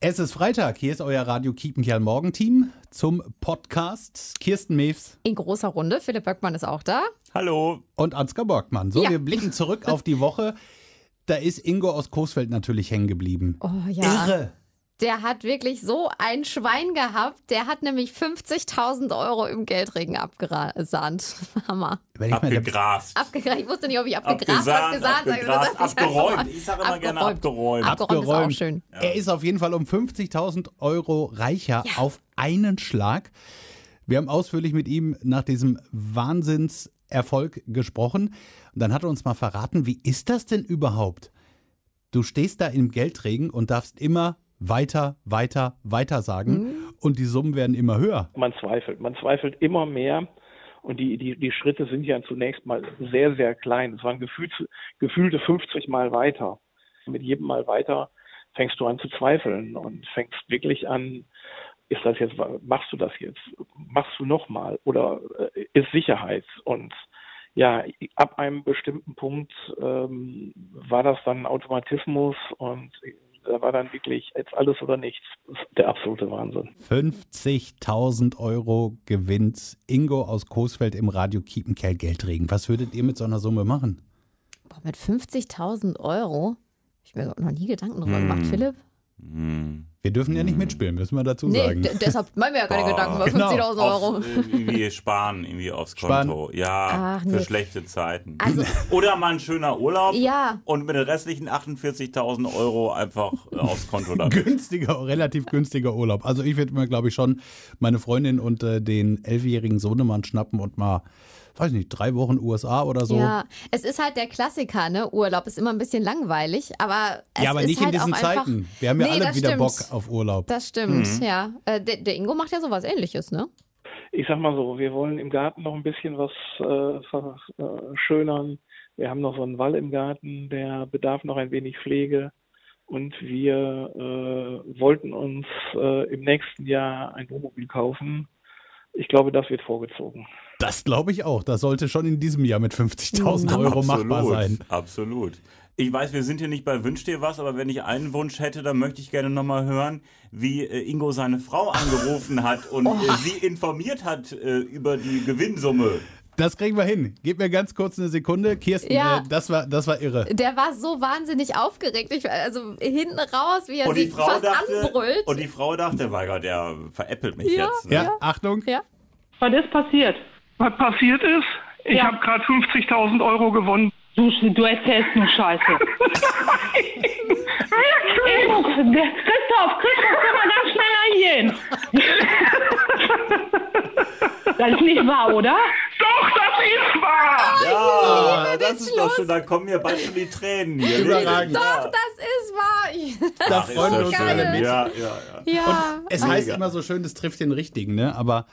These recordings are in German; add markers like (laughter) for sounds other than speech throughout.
Es ist Freitag, hier ist euer Radio Kiepenkerl Morgenteam zum Podcast Kirsten Mews In großer Runde. Philipp Böckmann ist auch da. Hallo. und Ansgar Borgmann. So, Ja. wir blicken zurück auf die Woche. Da ist Ingo aus Coesfeld natürlich hängen geblieben. Oh ja. Irre. Der hat wirklich so ein Schwein gehabt. Der hat nämlich 50.000 Euro im Geldregen abgesahnt. (laughs) Hammer. Überleg mal, der- Abgegrast. Abgegra ich wusste nicht, ob ich abgegraben habe. Abgesahnt, abgegrast, abgeräumt. Ich sage immer gerne abgeräumt. Ab- Abgeräumt ist auch schön. Er ist auf jeden Fall um 50.000 Euro reicher auf einen Schlag. Wir haben ausführlich mit ihm nach diesem Wahnsinnserfolg gesprochen. Und dann hat er uns mal verraten, wie ist das denn überhaupt? Du stehst da im Geldregen und darfst immer weiter, weiter, weiter sagen. Mhm. Und die Summen werden immer höher. man zweifelt. Man zweifelt immer mehr. Und die, die, die Schritte sind ja zunächst mal sehr, sehr klein. Es waren gefühlt, gefühlte 50 Mal weiter. Mit jedem Mal weiter fängst du an zu zweifeln und fängst wirklich an, ist das jetzt, machst du das jetzt? Machst du nochmal? Oder äh, ist Sicherheit? Und ja, ab einem bestimmten Punkt ähm, war das dann ein Automatismus und äh, da war dann wirklich jetzt alles oder nichts. Das ist Der absolute Wahnsinn. 50.000 Euro gewinnt Ingo aus Coesfeld im Radio Kiepenkerl Geldregen. Was würdet ihr mit so einer Summe machen? Boah, mit 50.000 Euro? Hab Ich mir noch nie Gedanken drüber Hm. gemacht, Philipp. Wir dürfen ja nicht mitspielen, müssen wir dazu Hm. Nee, sagen. d- deshalb machen wir ja keine Boah. Gedanken über Genau. 50.000 Euro. Aufs, äh, irgendwie sparen irgendwie aufs Sparen. Konto. Ja, Ach, für nee. schlechte Zeiten. Also- (laughs) Oder mal ein schöner Urlaub. Ja. Und mit den restlichen 48.000 Euro einfach äh, aufs (laughs) Konto (laughs) dann. Genau, günstiger, relativ günstiger Urlaub. Also ich würde mir, glaube ich, schon meine Freundin und äh, den elfjährigen Sohnemann schnappen und mal, weiß nicht, drei Wochen USA oder so. Ja, es ist halt der Klassiker, ne? Urlaub ist immer ein bisschen langweilig, aber es Ja, aber ist nicht halt in diesen auch einfach, Zeiten. Wir haben ja Nee, alle das wieder stimmt. Bock auf Urlaub. Das stimmt, Mhm. ja. Äh, der, der Ingo macht ja sowas ähnliches, ne? ich sag mal so, wir wollen im Garten noch ein bisschen was äh, ver- äh, schönern. Wir haben noch so einen Wall im Garten, der bedarf noch ein wenig Pflege. Und wir äh, wollten uns äh, im nächsten Jahr ein Wohnmobil kaufen. Ich glaube, das wird vorgezogen. Das glaube ich auch. Das sollte schon in diesem Jahr mit Hm. 50.000 Euro machbar sein. Absolut. Ich weiß, wir sind hier nicht bei Wünsch dir was, aber wenn ich einen Wunsch hätte, dann möchte ich gerne nochmal hören, wie äh, Ingo seine Frau angerufen hat und Oh. äh, sie informiert hat äh, über die Gewinnsumme. Das kriegen wir hin. Gib mir ganz kurz eine Sekunde. Kirsten, Ja. äh, das, war, das war irre. Der war so wahnsinnig aufgeregt. Ich, also hinten raus, wie er Und sie die Frau fast dachte, anbrüllt. und die Frau dachte, mein Gott, der veräppelt mich Ja. jetzt. Ne? Ja, Achtung. ja. Was ist passiert? Was passiert ist? Ich Ja. habe gerade 50.000 Euro gewonnen. Du, du erzählst nur (laughs) Scheiße. Ey, guck, der Christoph, Christoph, komm mal ganz schnell reingehen. Das ist nicht wahr, oder? Doch, das ist wahr! Ja, das ist doch schon, da kommen mir bald schon die Tränen hier. Überragend. Ja. Doch, das ist (laughs) wahr. Da Ach, ist freuen wir das uns schön. alle mit. Ja, ja, ja. ja. Es heißt immer so schön, das trifft den Richtigen, ne? Aber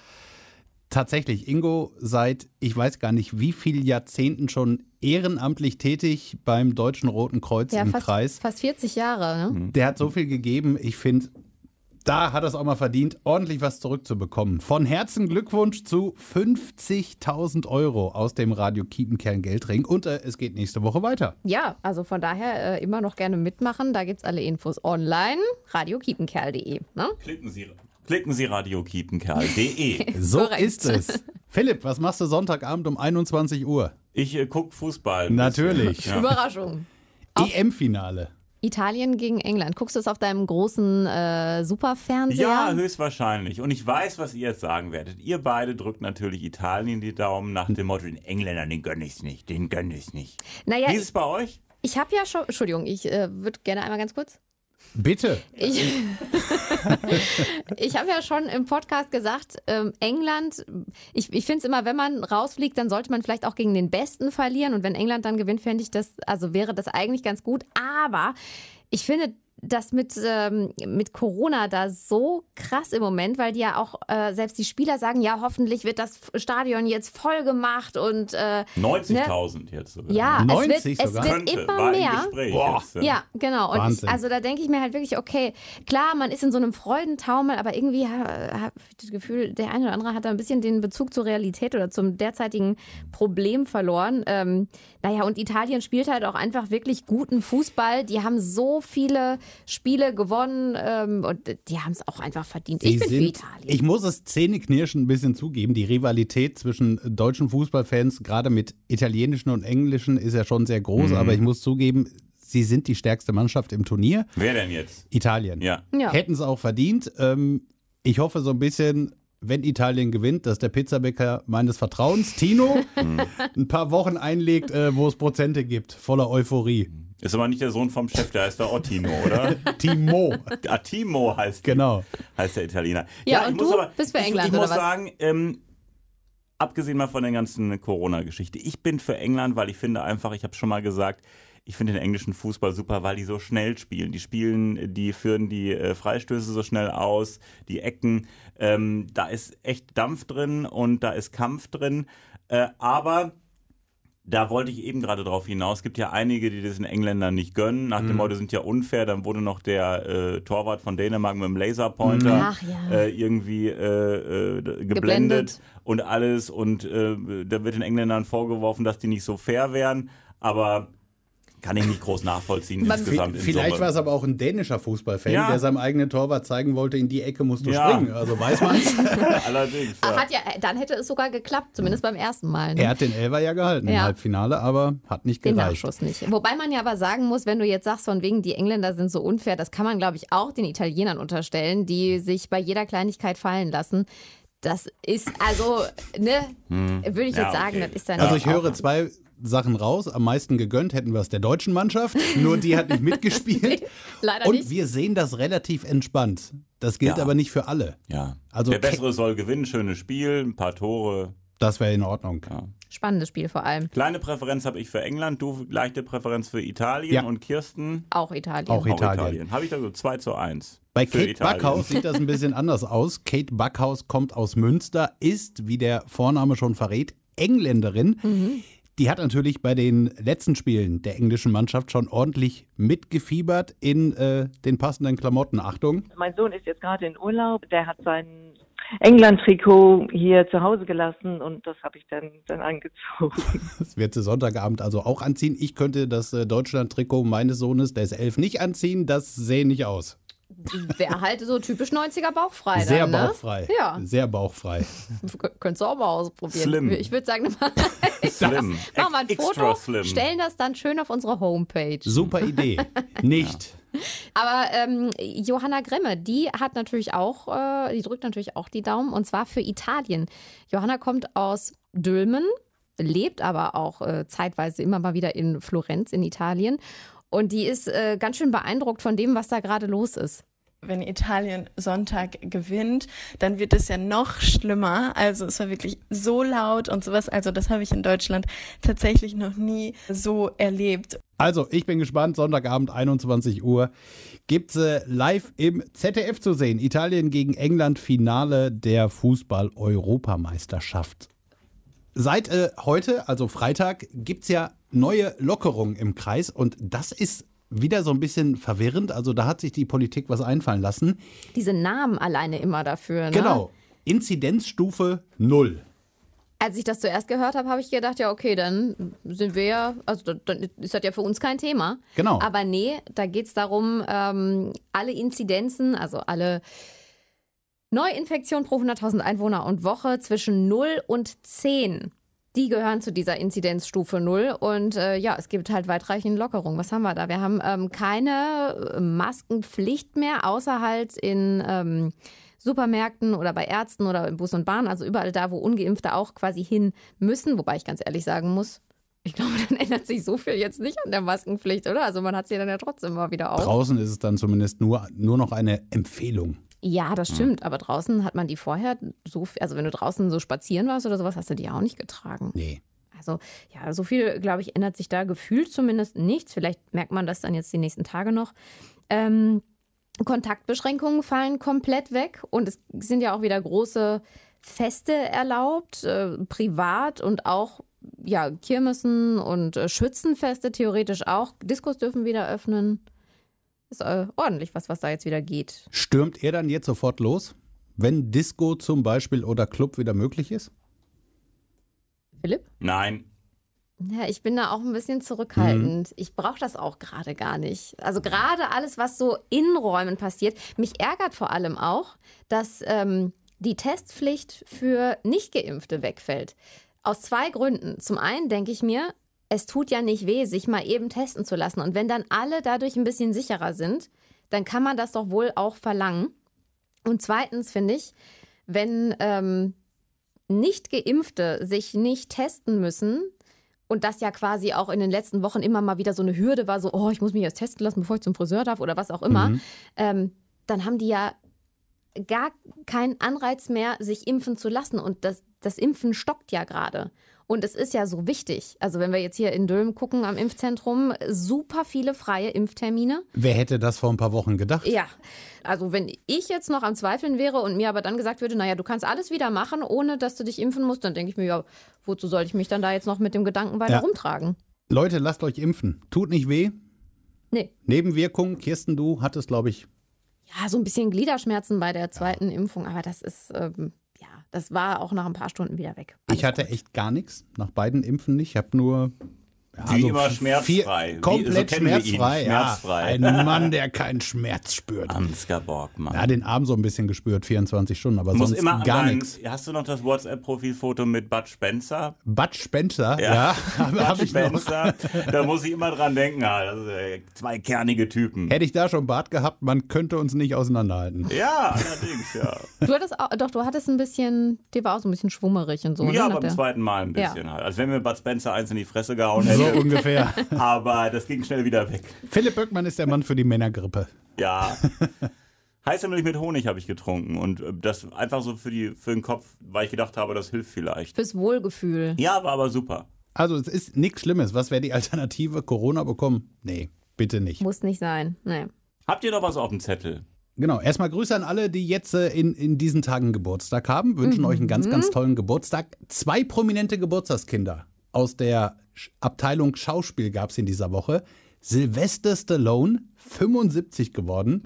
tatsächlich, Ingo seit ich weiß gar nicht wie vielen Jahrzehnten schon ehrenamtlich tätig beim Deutschen Roten Kreuz ja, im fast, Kreis. fast 40 Jahre. Mhm. Ne? Der hat so viel gegeben, ich finde, da hat er es auch mal verdient, ordentlich was zurückzubekommen. Von Herzen Glückwunsch zu 50.000 Euro aus dem Radio Kiepenkern Geldring. Und äh, es geht nächste Woche weiter. Ja, also von daher äh, immer noch gerne mitmachen. Da gibt's alle Infos online. radiokiepenkerl.de. Ne? Klicken Sie, klicken Sie radiokiepenkerl.de. So Korrekt. ist (laughs) es. Philipp, was machst du Sonntagabend um 21 Uhr? Ich äh, gucke Fußball. ein Natürlich. bisschen. Ja. Überraschung. EM-Finale. Italien gegen England. Guckst du es auf deinem großen äh, Ja, Superfernseher? höchstwahrscheinlich. Und ich weiß, was ihr jetzt sagen werdet. Ihr beide drückt natürlich Italien die Daumen nach dem Motto, den Engländern, den gönn ich's nicht, den gönn ich's nicht. naja, Wie ich, ist es bei euch? ich habe ja schon. Entschuldigung, ich äh, würde gerne einmal ganz kurz. Bitte. Ich, ich habe ja schon im Podcast gesagt, ähm, England, ich, ich finde es immer, wenn man rausfliegt, dann sollte man vielleicht auch gegen den Besten verlieren. Und wenn England dann gewinnt, fände ich das, also wäre das eigentlich ganz gut. Aber ich finde das mit, ähm, mit Corona da so krass im Moment, weil die ja auch äh, selbst die Spieler sagen, ja, hoffentlich wird das Stadion jetzt voll gemacht und äh, 90.000 jetzt sogar. ja, es 90 wird, es sogar? wird Könnte, immer war mehr. im Gespräch Boah. jetzt. äh, Ja, genau. Und Wahnsinn. ich, also da denke ich mir halt wirklich, okay, klar, man ist in so einem Freudentaumel, aber irgendwie ha- habe ich das Gefühl, der eine oder andere hat da ein bisschen den Bezug zur Realität oder zum derzeitigen Problem verloren. Ähm, naja, und Italien spielt halt auch einfach wirklich guten Fußball. Die haben so viele Spiele gewonnen ähm, und die haben es auch einfach verdient. Sie ich bin sind, für Italien. Ich muss es zähneknirschend ein bisschen zugeben, die Rivalität zwischen deutschen Fußballfans, gerade mit italienischen und englischen, ist ja schon sehr groß, aber ich muss zugeben, sie sind die stärkste Mannschaft im Turnier. Wer denn jetzt? Italien. Ja. Ja. Hätten es auch verdient. Ähm, ich hoffe so ein bisschen, wenn Italien gewinnt, dass der Pizzabäcker meines Vertrauens, Tino, ein paar Wochen einlegt, äh, wo es Prozente gibt, voller Euphorie. Ist aber nicht der Sohn vom Chef, der heißt der Ottino, (laughs) oder? Timo, Attimo heißt genau. heißt der Italiener. Ja, und ich muss du bist für ich, England, Ich oder muss was? sagen, ähm, abgesehen mal von der ganzen Corona-Geschichte, ich bin für England, weil ich finde einfach, ich habe schon mal gesagt, ich finde den englischen Fußball super, weil die so schnell spielen. Die spielen, die führen die äh, Freistöße so schnell aus, die Ecken. Ähm, da ist echt Dampf drin und da ist Kampf drin. Äh, aber da wollte ich eben gerade drauf hinaus. Es gibt ja einige, die das den Engländern nicht gönnen. Nach Mhm. dem Motto sind ja unfair. Dann wurde noch der äh, Torwart von Dänemark mit dem Laserpointer Mhm. Ach ja. äh, irgendwie äh, äh, d- geblendet, Geblendet. und alles. Und äh, da wird den Engländern vorgeworfen, dass die nicht so fair wären. Aber kann ich nicht groß nachvollziehen Man- insgesamt. in Vielleicht Summe. war es aber auch ein dänischer Fußballfan, Ja. der seinem eigenen Torwart zeigen wollte, in die Ecke musst du Ja. springen. Also weiß (laughs) man's. Allerdings. Ach, Ja. hat ja, dann hätte es sogar geklappt, zumindest beim ersten Mal. Ne? er hat den Elfer ja gehalten im Ja. Halbfinale, aber hat nicht Den gereicht. Nachschuss nicht. Genau. Wobei man ja aber sagen muss, wenn du jetzt sagst, von wegen die Engländer sind so unfair, das kann man, glaube ich, auch den Italienern unterstellen, die sich bei jeder Kleinigkeit fallen lassen. Das ist also, ne, würde ich Ja, jetzt sagen, okay. das ist dann. Also jetzt ich auch- höre zwei Sachen raus. Am meisten gegönnt hätten wir es der deutschen Mannschaft, nur die hat nicht mitgespielt. (laughs) Leider Und nicht. wir sehen das relativ entspannt. Das gilt Ja. aber nicht für alle. ja. Also der Bessere soll gewinnen, schönes Spiel, ein paar Tore. Das wäre in Ordnung. Spannendes Spiel vor allem. Kleine Präferenz habe ich für England, du leichte Präferenz für Italien Ja. und Kirsten. Auch Italien. Auch Italien. Habe ich da so 2 zu 1. Bei für Kate Italien. Backhaus sieht das ein bisschen anders aus. Kate Backhaus kommt aus Münster, ist, wie der Vorname schon verrät, Engländerin. Mhm. Die hat natürlich bei den letzten Spielen der englischen Mannschaft schon ordentlich mitgefiebert in äh, den passenden Klamotten. Achtung. Mein Sohn ist jetzt gerade in Urlaub. Der hat sein England-Trikot hier zu Hause gelassen und das habe ich dann, dann angezogen. Das wird sie Sonntagabend also auch anziehen. Ich könnte das äh, Deutschland-Trikot meines Sohnes, der ist elf, nicht anziehen. Das sähe nicht aus. Wäre halt so typisch 90er bauchfrei. Sehr dann, ne? bauchfrei. Ja. Sehr bauchfrei. K- Könntest du auch mal ausprobieren. Slim. Ich würde sagen, (laughs) machen Slim. wir ein Extra Foto, slim. stellen das dann schön auf unsere Homepage. Super (laughs) Idee. Nicht. Aber ähm, Johanna Gremme, die hat natürlich auch, äh, die drückt natürlich auch die Daumen und zwar für Italien. Johanna kommt aus Dülmen, lebt aber auch äh, zeitweise immer mal wieder in Florenz in Italien. Und die ist äh, ganz schön beeindruckt von dem, was da gerade los ist. Wenn Italien Sonntag gewinnt, dann wird es ja noch schlimmer. Also es war wirklich so laut und sowas. Also das habe ich in Deutschland tatsächlich noch nie so erlebt. Also, ich bin gespannt. Sonntagabend, 21 Uhr, gibt es äh, live im ZDF zu sehen. Italien gegen England, Finale der Fußball-Europameisterschaft. Seit äh, heute, also Freitag, gibt es ja neue Lockerungen im Kreis. Und das ist wieder so ein bisschen verwirrend. Also, da hat sich die Politik was einfallen lassen. Diese Namen alleine immer dafür. Ne? Genau. Inzidenzstufe 0. Als ich das zuerst gehört habe, habe ich gedacht, ja, okay, dann sind wir ja, also dann- dann ist das ja für uns kein Thema. Genau. Aber nee, da geht es darum, ähm, alle Inzidenzen, also alle Neuinfektionen pro 100.000 Einwohner und Woche zwischen 0 und 10, die gehören zu dieser Inzidenzstufe 0. Und äh, ja, es gibt halt weitreichende Lockerungen. Was haben wir da? Wir haben ähm, keine Maskenpflicht mehr, außer halt in... Ähm, Supermärkten oder bei Ärzten oder im Bus und Bahn, also überall da, wo Ungeimpfte auch quasi hin müssen. Wobei ich ganz ehrlich sagen muss, ich glaube, (laughs) dann ändert sich so viel jetzt nicht an der Maskenpflicht, oder? Also man hat sie dann ja trotzdem mal wieder auf. Draußen ist es dann zumindest nur, nur noch eine Empfehlung. ja, das stimmt. Aber draußen hat man die vorher so viel, also wenn du draußen so spazieren warst oder sowas, hast du die ja auch nicht getragen. Nee. Also ja, so viel, glaube ich, ändert sich da gefühlt zumindest nichts. Vielleicht merkt man das dann jetzt die nächsten Tage noch. Ähm, Kontaktbeschränkungen fallen komplett weg und es sind ja auch wieder große Feste erlaubt, äh, privat und auch ja, Kirmessen und äh, Schützenfeste theoretisch auch. Diskos dürfen wieder öffnen. Ist äh, ordentlich was, was da jetzt wieder geht. Stürmt er dann jetzt sofort los, wenn Disco zum Beispiel oder Club wieder möglich ist? Philipp? Nein. Ja, ich bin da auch ein bisschen zurückhaltend. Ich brauche das auch gerade gar nicht. Also gerade alles, was so in Räumen passiert. Mich ärgert vor allem auch, dass ähm, die Testpflicht für Nicht-Geimpfte wegfällt. Aus zwei Gründen. Zum einen denke ich mir, es tut ja nicht weh, sich mal eben testen zu lassen. Und wenn dann alle dadurch ein bisschen sicherer sind, dann kann man das doch wohl auch verlangen. Und zweitens finde ich, wenn ähm, Nicht-Geimpfte sich nicht testen müssen, und das ja quasi auch in den letzten Wochen immer mal wieder so eine Hürde war, so, oh, ich muss mich jetzt testen lassen, bevor ich zum Friseur darf oder was auch immer, Mhm. ähm, dann haben die ja gar keinen Anreiz mehr, sich impfen zu lassen. Und das, das Impfen stockt ja gerade. Und es ist ja so wichtig. Also wenn wir jetzt hier in Dülmen gucken am Impfzentrum, super viele freie Impftermine. Wer hätte das vor ein paar Wochen gedacht? Ja, also wenn ich jetzt noch am Zweifeln wäre und mir aber dann gesagt würde, naja, du kannst alles wieder machen, ohne dass du dich impfen musst, dann denke ich mir, ja, wozu soll ich mich dann da jetzt noch mit dem Gedanken weiter Ja. rumtragen? Leute, lasst euch impfen. Tut nicht weh. Nee. Nebenwirkungen, Kirsten, du hattest, glaube ich, Ja, so ein bisschen Gliederschmerzen bei der zweiten Impfung, aber das ist, ähm, ja, das war auch nach ein paar Stunden wieder weg. Also, ich hatte echt gar nichts. Nach beiden Impfen nicht. Ich habe nur. Ja, Wie so immer vier- schmerzfrei. Wie- so komplett kennen wir ihn. schmerzfrei. Ja, Schmerzfrei. Ein Mann, der keinen Schmerz spürt. Ansgar Borgmann. Ja, den Arm so ein bisschen gespürt, 24 Stunden, aber Muss sonst immer an gar dein- nichts. Hast du noch das WhatsApp-Profilfoto mit Bud Spencer? Bud Spencer, ja, (laughs) Ja. aber (laughs) hab Bud ich noch. Spencer, da muss ich immer dran denken. Ah, das sind, äh, zwei kernige Typen. Hätte ich da schon Bart gehabt, man könnte uns nicht auseinanderhalten. Ja, (laughs) allerdings, ja. Du hattest auch, doch, du hattest ein bisschen, dir war auch so ein bisschen schwummerig und so. ne, ja, nach beim der- zweiten Mal ein bisschen halt. Als wenn mir Bud Spencer eins in die Fresse gehauen hätte. So ungefähr. Aber das ging schnell wieder weg. (laughs) Philipp Böckmann ist der Mann für die Männergrippe. (laughs) Ja. Heiße Milch mit Honig habe ich getrunken und äh, das einfach so für, die, für den Kopf, weil ich gedacht habe, das hilft vielleicht. Fürs Wohlgefühl. Ja, war aber super. Also es ist nichts Schlimmes. Was wäre die Alternative? Corona bekommen? Nee, bitte nicht. Muss nicht sein. ne. Nee. Habt ihr noch was auf dem Zettel? Genau, erstmal Grüße an alle, die jetzt äh, in, in diesen Tagen Geburtstag haben. Wünschen euch einen ganz, Mhm. ganz tollen Geburtstag. Zwei prominente Geburtstagskinder aus der Sch- Abteilung Schauspiel gab es in dieser Woche. Sylvester Stallone, 75 geworden.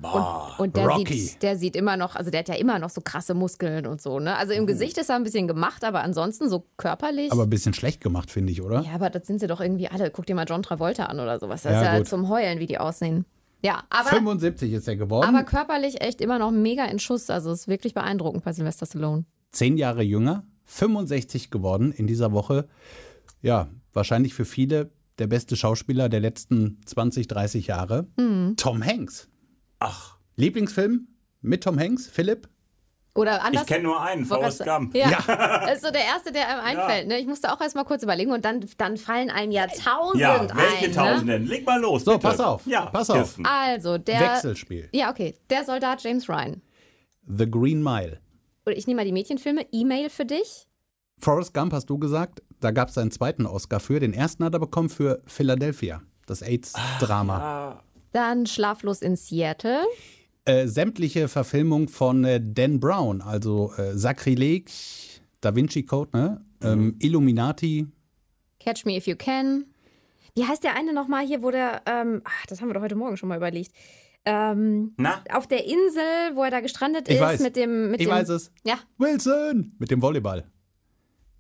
Und der Oh, Rocky. sieht, der sieht immer noch, also der hat ja immer noch so krasse Muskeln und so, ne? Also im Gesicht ist er ein bisschen gemacht, aber ansonsten so körperlich. Oh. Aber ein bisschen schlecht gemacht, finde ich, oder? ja, aber das sind sie doch irgendwie alle. Guck dir mal John Travolta an oder sowas. Das Ja, ist ja gut. zum Heulen, wie die aussehen. Ja, aber, 75 ist er geworden. aber körperlich echt immer noch mega in Schuss. Also ist wirklich beeindruckend bei Sylvester Stallone. Zehn Jahre jünger, 65 geworden in dieser Woche. Ja, wahrscheinlich für viele der beste Schauspieler der letzten 20, 30 Jahre. Mhm. Tom Hanks. Ach, Lieblingsfilm mit Tom Hanks, Philipp? Oder anders. ich kenne nur einen, Wollte Forrest grad sa- Gump. Ja. Das ist so der erste, der einem einfällt. Ne? Ich musste auch erstmal kurz überlegen und dann, dann fallen einem ja tausend Ja, ein. welche Ne? Tausenden? Leg mal los. So, bitte. pass auf, Ja, pass auf. Kirsten. Also, der. Wechselspiel. Ja, okay. Der Soldat James Ryan. The Green Mile. Oder ich nehme mal die Mädchenfilme. E-Mail für dich. Forrest Gump hast du gesagt, da gab es seinen zweiten Oscar für. Den ersten hat er bekommen für Philadelphia, das AIDS-Drama. Dann Schlaflos in Seattle. Äh, sämtliche Verfilmung von äh, Dan Brown, also äh, Sakrileg, Da Vinci Code, ne? Ähm, Illuminati. Catch Me If You Can. Wie heißt der eine nochmal hier, wo der. Ähm, ach, das haben wir doch heute Morgen schon mal überlegt. Ähm, Na? auf der Insel, wo er da gestrandet Ich ist, weiß. mit dem. Mit Ich dem, weiß es. Ja. Wilson! Mit dem Volleyball.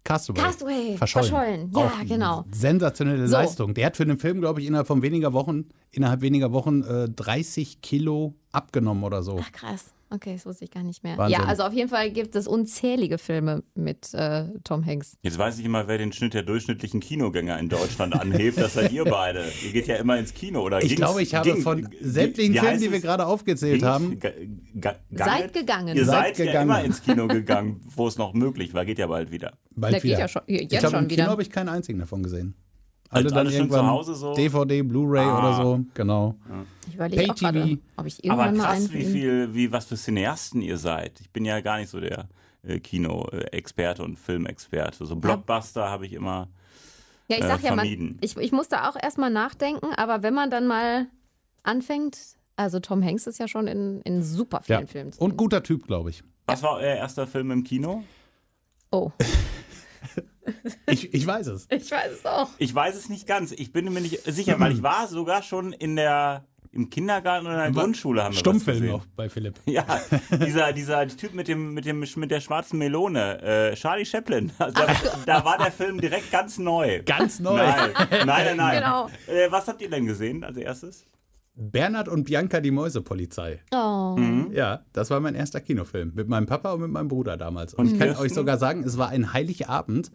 Castaway. Castaway. Verschollen. Verschollen. Ja, Auch genau. Sensationelle So. Leistung. Der hat für den Film, glaube ich, innerhalb von weniger Wochen, innerhalb weniger Wochen äh, 30 Kilo abgenommen oder so. Ach, krass. Okay, das wusste ich gar nicht mehr. Wahnsinn. Ja, also auf jeden Fall gibt es unzählige Filme mit äh, Tom Hanks. Jetzt weiß ich immer, wer den Schnitt der durchschnittlichen Kinogänger in Deutschland anhebt. Das seid ihr beide. Ihr geht ja immer ins Kino, oder? Ich ging's- glaube, ich habe ging- von wie- sämtlichen wie Filmen, heißt die wir es? gerade aufgezählt Ging- haben, ga- ga- Seid gegangen. Ihr Seid seid, ja gegangen. immer ins Kino gegangen, wo es noch möglich war. Geht ja bald wieder. bald Da geht wieder. ja schon- jetzt ich glaube, im schon wieder. Kino habe ich keinen einzigen davon gesehen. Als alle schon zu Hause so? DVD, Blu-ray Ah. oder so, genau. Ich überlege auch Pay-TV. gerade, ob ich Aber irgendwann mal einen. krass, von wie ihm- viel, wie was für Cineasten ihr seid. Ich bin ja gar nicht so der äh, Kino-Experte und Filmexperte. So Blockbuster habe ich immer. Ja, ich äh, sag ja, man, vermieden. ich, ich muss da auch erstmal nachdenken, aber wenn man dann mal anfängt, also Tom Hanks ist ja schon in, in super vielen Ja. Filmen. zu Und sehen. guter Typ, glaube ich. Was war euer erster Film im Kino? Oh, (laughs) ich. Ich weiß es. ich weiß es auch. Ich weiß es nicht ganz. Ich bin mir nicht sicher, weil ich war sogar schon in der im Kindergarten oder in der Grundschule haben wir was Stummfilm gesehen. noch bei Philipp. (laughs) Ja, dieser, dieser Typ mit dem, mit dem, mit der schwarzen Melone, äh, Charlie Chaplin. (laughs) Also Da, da war der Film direkt ganz neu. Ganz neu. Nein, nein, nein. nein. Genau. Äh, was habt ihr denn gesehen als erstes? Bernhard und Bianca die Mäusepolizei. Oh. Ja, das war mein erster Kinofilm mit meinem Papa und mit meinem Bruder damals. Und ich kann Kirsten? euch sogar sagen, es war ein Heiligabend.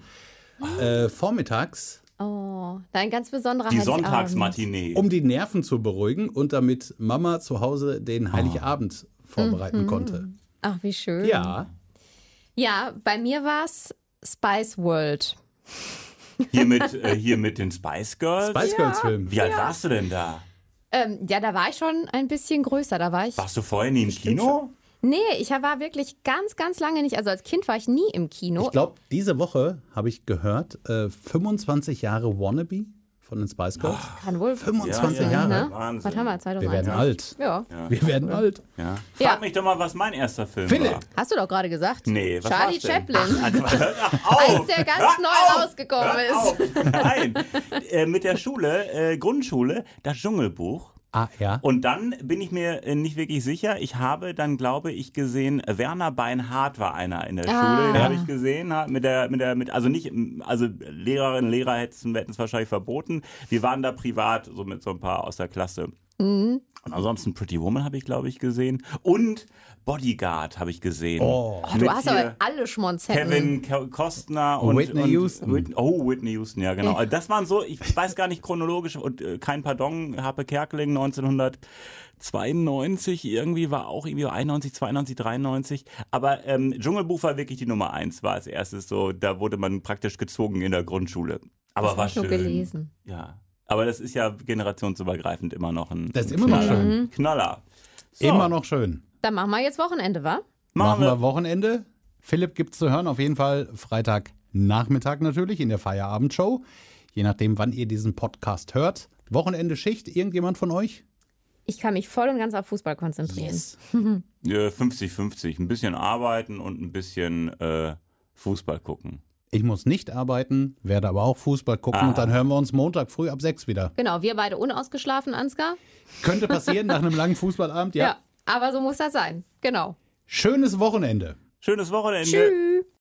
Äh, vormittags, Oh. Ein ganz besonderer Die Heiligabend. Sonntagsmatinee. um die Nerven zu beruhigen und damit Mama zu Hause den Heiligabend vorbereiten Mhm. konnte. Ah, Ach, wie schön. Ja, Ja, bei mir war es Spice World. Hier mit, äh, hier mit den Spice Girls. Spice Girls Film. Wie alt warst du denn da? Ähm, ja, da war ich schon ein bisschen größer. Da war ich. Warst du vorher nie im Kino? Nee, ich war wirklich ganz, ganz lange nicht. Also als Kind war ich nie im Kino. Ich glaube, diese Woche habe ich gehört, äh, 25 Jahre Wannabe von den Spice Girls. Kann wohl. 25 Ja, ja, Jahre. Ne? Wahnsinn. Was haben wir? 2001. Wir werden alt. Ja. Wir werden alt. Ja. Frag Ja. mich doch mal, was mein erster Film Philipp. war. Hast du doch gerade gesagt? Nee, was Charlie war's denn? also, Chaplin. Hör doch (laughs) auf. Als der ganz Hör neu auf. rausgekommen Hör ist. Auf. Nein, äh, mit der Schule, äh, Grundschule, das Dschungelbuch. Ah, ja. Und dann bin ich mir äh, nicht wirklich sicher. Ich habe dann, glaube ich, gesehen, Werner Beinhardt war einer in der Ah. Schule. Den habe ich gesehen. ha- Mit der, mit der, mit, also nicht, m, also Lehrerinnen, Lehrer hätten es wahrscheinlich verboten. Wir waren da privat, so mit so ein paar aus der Klasse. Mhm. Und ansonsten Pretty Woman habe ich, glaube ich, gesehen. Und Bodyguard habe ich gesehen. Oh. Du Mit hast hier- aber alle Schmonzetten. Kevin Ko- Costner und Whitney und Houston. Whitney, oh, Whitney Houston, ja, genau. Also Das waren so, ich weiß gar nicht chronologisch und äh, kein Pardon, Happe Kerkeling 1992, irgendwie war auch irgendwie 91, 92, 93. Aber ähm, Dschungelbuch war wirklich die Nummer eins, war als erstes so, da wurde man praktisch gezwungen in der Grundschule. Aber war ich nur schön. gelesen. Ja. Aber das ist ja generationsübergreifend immer noch ein, Das ist ein immer noch Knaller. Mhm. schön. Knaller. So, Immer noch schön. Dann machen wir jetzt Wochenende, wa? Machen wir Wochenende. Philipp gibt's zu hören, auf jeden Fall Freitagnachmittag natürlich in der Feierabendshow. Je nachdem, wann ihr diesen Podcast hört. Wochenende Schicht, irgendjemand von euch? Ich kann mich voll und ganz auf Fußball konzentrieren. Äh, 50-50. Ein bisschen arbeiten und ein bisschen äh, Fußball gucken. Ich muss nicht arbeiten, werde aber auch Fußball gucken und dann hören wir uns Montag früh ab sechs wieder. Genau, wir beide unausgeschlafen, Ansgar. Könnte passieren nach einem langen Fußballabend, ja. Aber so muss das sein. Genau. Schönes Wochenende. Schönes Wochenende. Tschüss.